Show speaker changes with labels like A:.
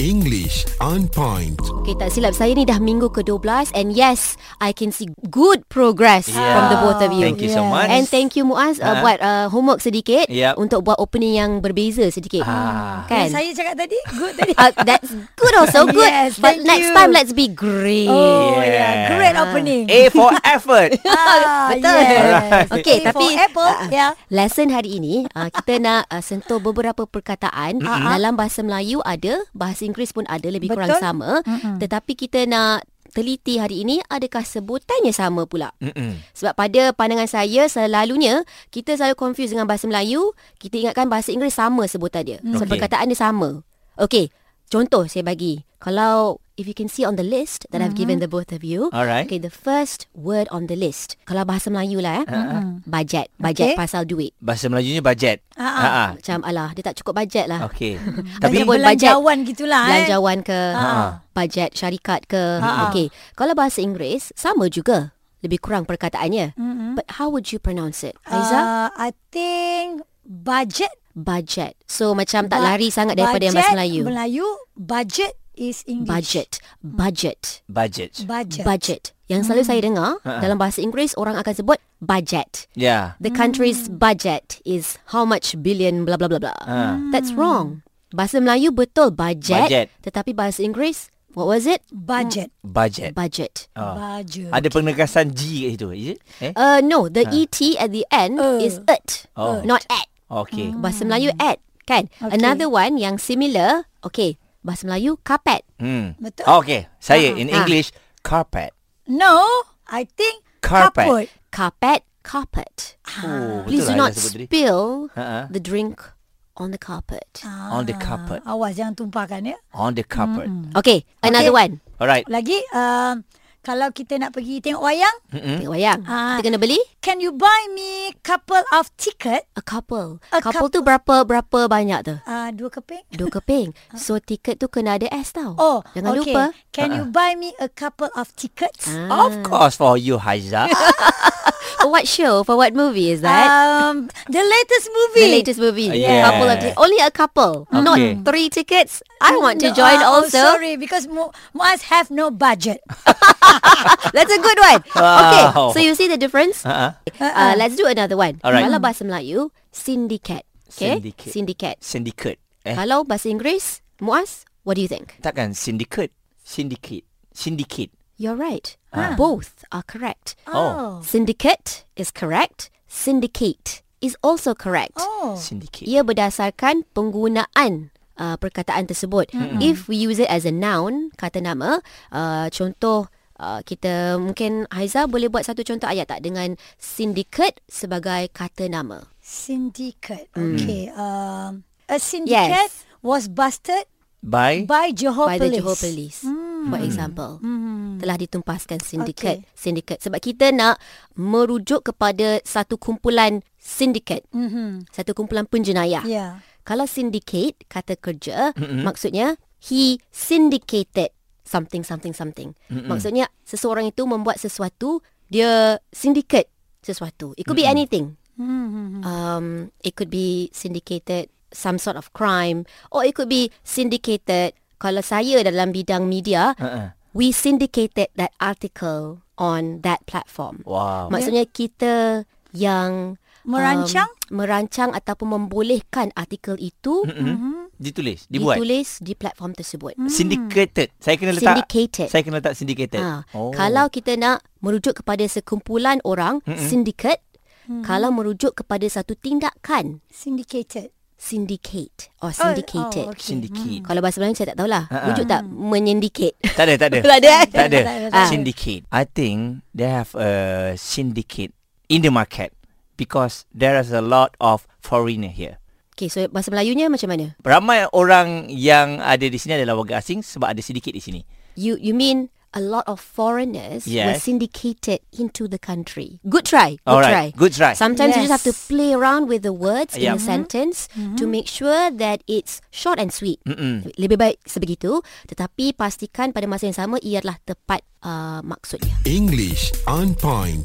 A: English on point.
B: Okay, tak silap saya ni dah minggu ke-12 and yes, I can see good progress yeah.
C: Yeah.
B: from the both of you.
C: Thank you so
D: Yes.
C: much.
B: And thank you Muaz uh,
C: Ha.
B: buat uh, homework sedikit
C: Yep.
B: untuk buat opening yang berbeza sedikit.
C: Ah.
B: Kan?
D: Kan? Saya cakap tadi good tadi.
B: Uh, that's good also good.
D: Yes,
B: But
D: thank
B: next
D: you.
B: time let's be great.
D: Oh yeah,
C: Yeah.
D: yeah. great opening.
C: A for effort.
D: Ah,
B: Eh, Betul.
D: Yes.
B: Alright. Okay,
D: A for
B: tapi-
D: apple, ya,
B: Ah.
D: yeah.
B: Lesson hari ini uh, kita nak uh, sentuh beberapa perkataan uh-huh. dalam bahasa Melayu ada, bahasa Inggeris pun ada lebih kurang
D: Ah. Betul.
B: sama. Uh-huh. Tetapi kita nak teliti hari ini adakah sebutannya sama pula.
C: Mm-mm.
B: Sebab pada pandangan saya selalunya kita selalu confuse dengan bahasa Melayu, kita ingatkan bahasa Inggeris sama sebutan dia. Hmm. So
C: Okey.
B: perkataan dia sama. Okey, contoh saya bagi. Kalau if you can see on the list that I've given the both of you.
C: Alright.
B: Okay, the first word on the list. Kalau bahasa Melayu lah eh.
C: Mm-mm.
B: Bajet. Bajet
D: Okey.
B: pasal duit.
C: Bahasa Melajunya bajet.
B: Uh-uh.
D: Ah, ah.
C: Ha
B: Macam alah, dia tak cukup bajet lah.
C: Okey.
B: Tapi-
D: Tapi
B: Buat bajet.
D: belanjawan gitulah eh.
B: Belanjawan ke,
C: Ha.
B: bajet syarikat ke.
D: Ha.
B: Okey, kalau bahasa Inggeris sama juga. Lebih kurang perkataannya. But how would you pronounce it? Aiza?
D: Uh, I think budget
B: budget. So macam tak
D: Ba-
B: lari sangat daripada yang bahasa
D: budget,
B: Melayu.
D: Melayu budget is English. Hmm.
B: Budget, budget,
C: Budget.
D: Budget.
B: budget. Yang selalu
D: Hmm.
B: saya dengar dalam bahasa Inggeris orang akan sebut budget.
C: Yeah.
B: The country's
D: Hmm.
B: budget is how much billion blah blah blah blah.
C: Ah.
B: That's wrong. Bahasa Melayu betul budget,
C: Budget.
B: tetapi bahasa Inggeris what was it?
D: budget.
C: Budget.
B: Budget.
C: Hmm. Oh.
D: Budget.
C: Ada penegasan G kat situ. Is it? Eh?
B: Uh no, the et at the end
D: Uh.
B: is it,
C: Oh.
B: not at.
C: Okey.
B: Bahasa Melayu at kan.
D: Hmm. Okay.
B: Another one yang similar, okay, bahasa Melayu kapet.
C: Hmm.
D: Betul.
C: Okey. Saya in
B: Ah.
C: English carpet.
D: No, I think
C: Carpet.
D: carpet.
B: Carpet, carpet. Ah,
C: Oh,
B: Please do
C: betul lah
B: not
C: Aida sebut tadi.
B: spill
C: Ha-ha.
B: the drink on the carpet.
D: Ah.
C: On the carpet.
D: Awas jangan tumpahkan ya.
C: On the carpet.
B: Okay, Hmm. another one.
C: Alright.
D: Lagi um, kalau kita nak pergi tengok wayang,
C: Hmm?
B: Tengok wayang.
D: Ah.
B: Kita kena beli
D: can you buy me couple of ticket?
B: a couple.
D: A
B: couple tu berapa berapa banyak tu?
D: Uh, dua keping.
B: Dua keping. So tiket tu kena ada S tau.
D: Ah. Oh,
B: Jangan
D: okay.
B: lupa. Ah.
D: Can you buy me a couple of tickets?
C: Of course for you Haiza.
B: For what show? For what movie is that?
D: Um, the latest movie.
B: The latest movie.
C: Yeah.
B: Couple of only a couple, not
C: Okay.
B: three tickets. I want to
D: No,
B: join
D: uh,
B: also.
D: Oh, sorry, because Mu- Muaz have no budget.
B: That's a good one.
C: Wow.
B: Okay, so you see the difference?
C: Ha
B: Uh, let's do another one.
C: Alright.
B: Kalau bahasa Melayu, syndicate. Okay?
C: Syndicate.
B: Syndicate.
C: Syndicate. Eh,
B: Kalau bahasa Inggeris, Muaz, what do you think?
C: takkan syndicate. Syndicate. Syndicate.
B: You're right.
C: Ah.
B: Both are correct.
C: Oh.
B: Syndicate is correct. Syndicate is also correct.
D: Oh.
C: Syndicate.
B: Ia berdasarkan penggunaan uh, perkataan tersebut. If we use it as a noun, kata nama, uh, contoh uh, kita mungkin Haiza boleh buat satu contoh ayat tak dengan syndicate sebagai kata nama.
D: Syndicate.
B: Hmm.
D: Okay. Um, a syndicate was busted
C: By
D: by Johor
B: by
D: police.
B: the Johor Police. For example, telah ditumpaskan sindiket. Sindiket sebab kita nak merujuk kepada satu kumpulan sindiket. Satu kumpulan penjenayah.
D: Yeah.
B: Kalau syndicate kata kerja, maksudnya he syndicated something something something. Maksudnya seseorang itu membuat sesuatu, dia syndicate sesuatu. It could be anything. Um, it could be syndicated some sort of crime or it could be syndicated kalau saya dalam bidang media,
C: Ha-ha.
B: we syndicated that article on that platform.
C: Wow.
B: Maksudnya kita yang
D: Merancang?
B: um, merancang ataupun membolehkan artikel itu mm-hmm.
C: Ditulis, dibuat.
B: ditulis di platform tersebut.
C: Syndicated. Saya kena letak
B: Syndicated.
C: Saya kena letak syndicated. Oh,
B: Ha. Kalau kita nak merujuk kepada sekumpulan orang,
C: Hmm,
B: mm-hmm. syndicate.
D: Hmm.
B: Mm-hmm. Kalau merujuk kepada satu tindakan,
D: Syndicated.
B: syndicate or
D: Oh,
B: syndicated.
D: Oh, okay. Hmm.
C: syndicate.
B: Kalau bahasa Melayu saya tak tahulah.
C: Ha,
B: Wujud tak menyindicate?
C: Tak ada, tak ada.
B: Tak ada, eh?
C: Tak ada.
D: Tak ada, tak
B: ada.
C: Syndicate. I think they have a syndicate in the market because there is a lot of foreigner here.
B: Okay, so bahasa Melayunya macam mana?
C: Ramai orang yang ada di sini adalah warga asing sebab ada syndicate di sini.
B: You you mean a lot of foreigners were
C: Yes.
B: syndicated into the country. Good try. Good
C: Alright,
B: try.
C: good try.
B: Sometimes you just have to
D: Yes.
B: play around with the words in
C: Yeah.
B: a sentence to make sure that it's short and sweet. Mm-mm. Lebih baik sebegitu, tetapi pastikan pada masa yang sama ia adalah tepat uh, maksudnya.
A: English on point.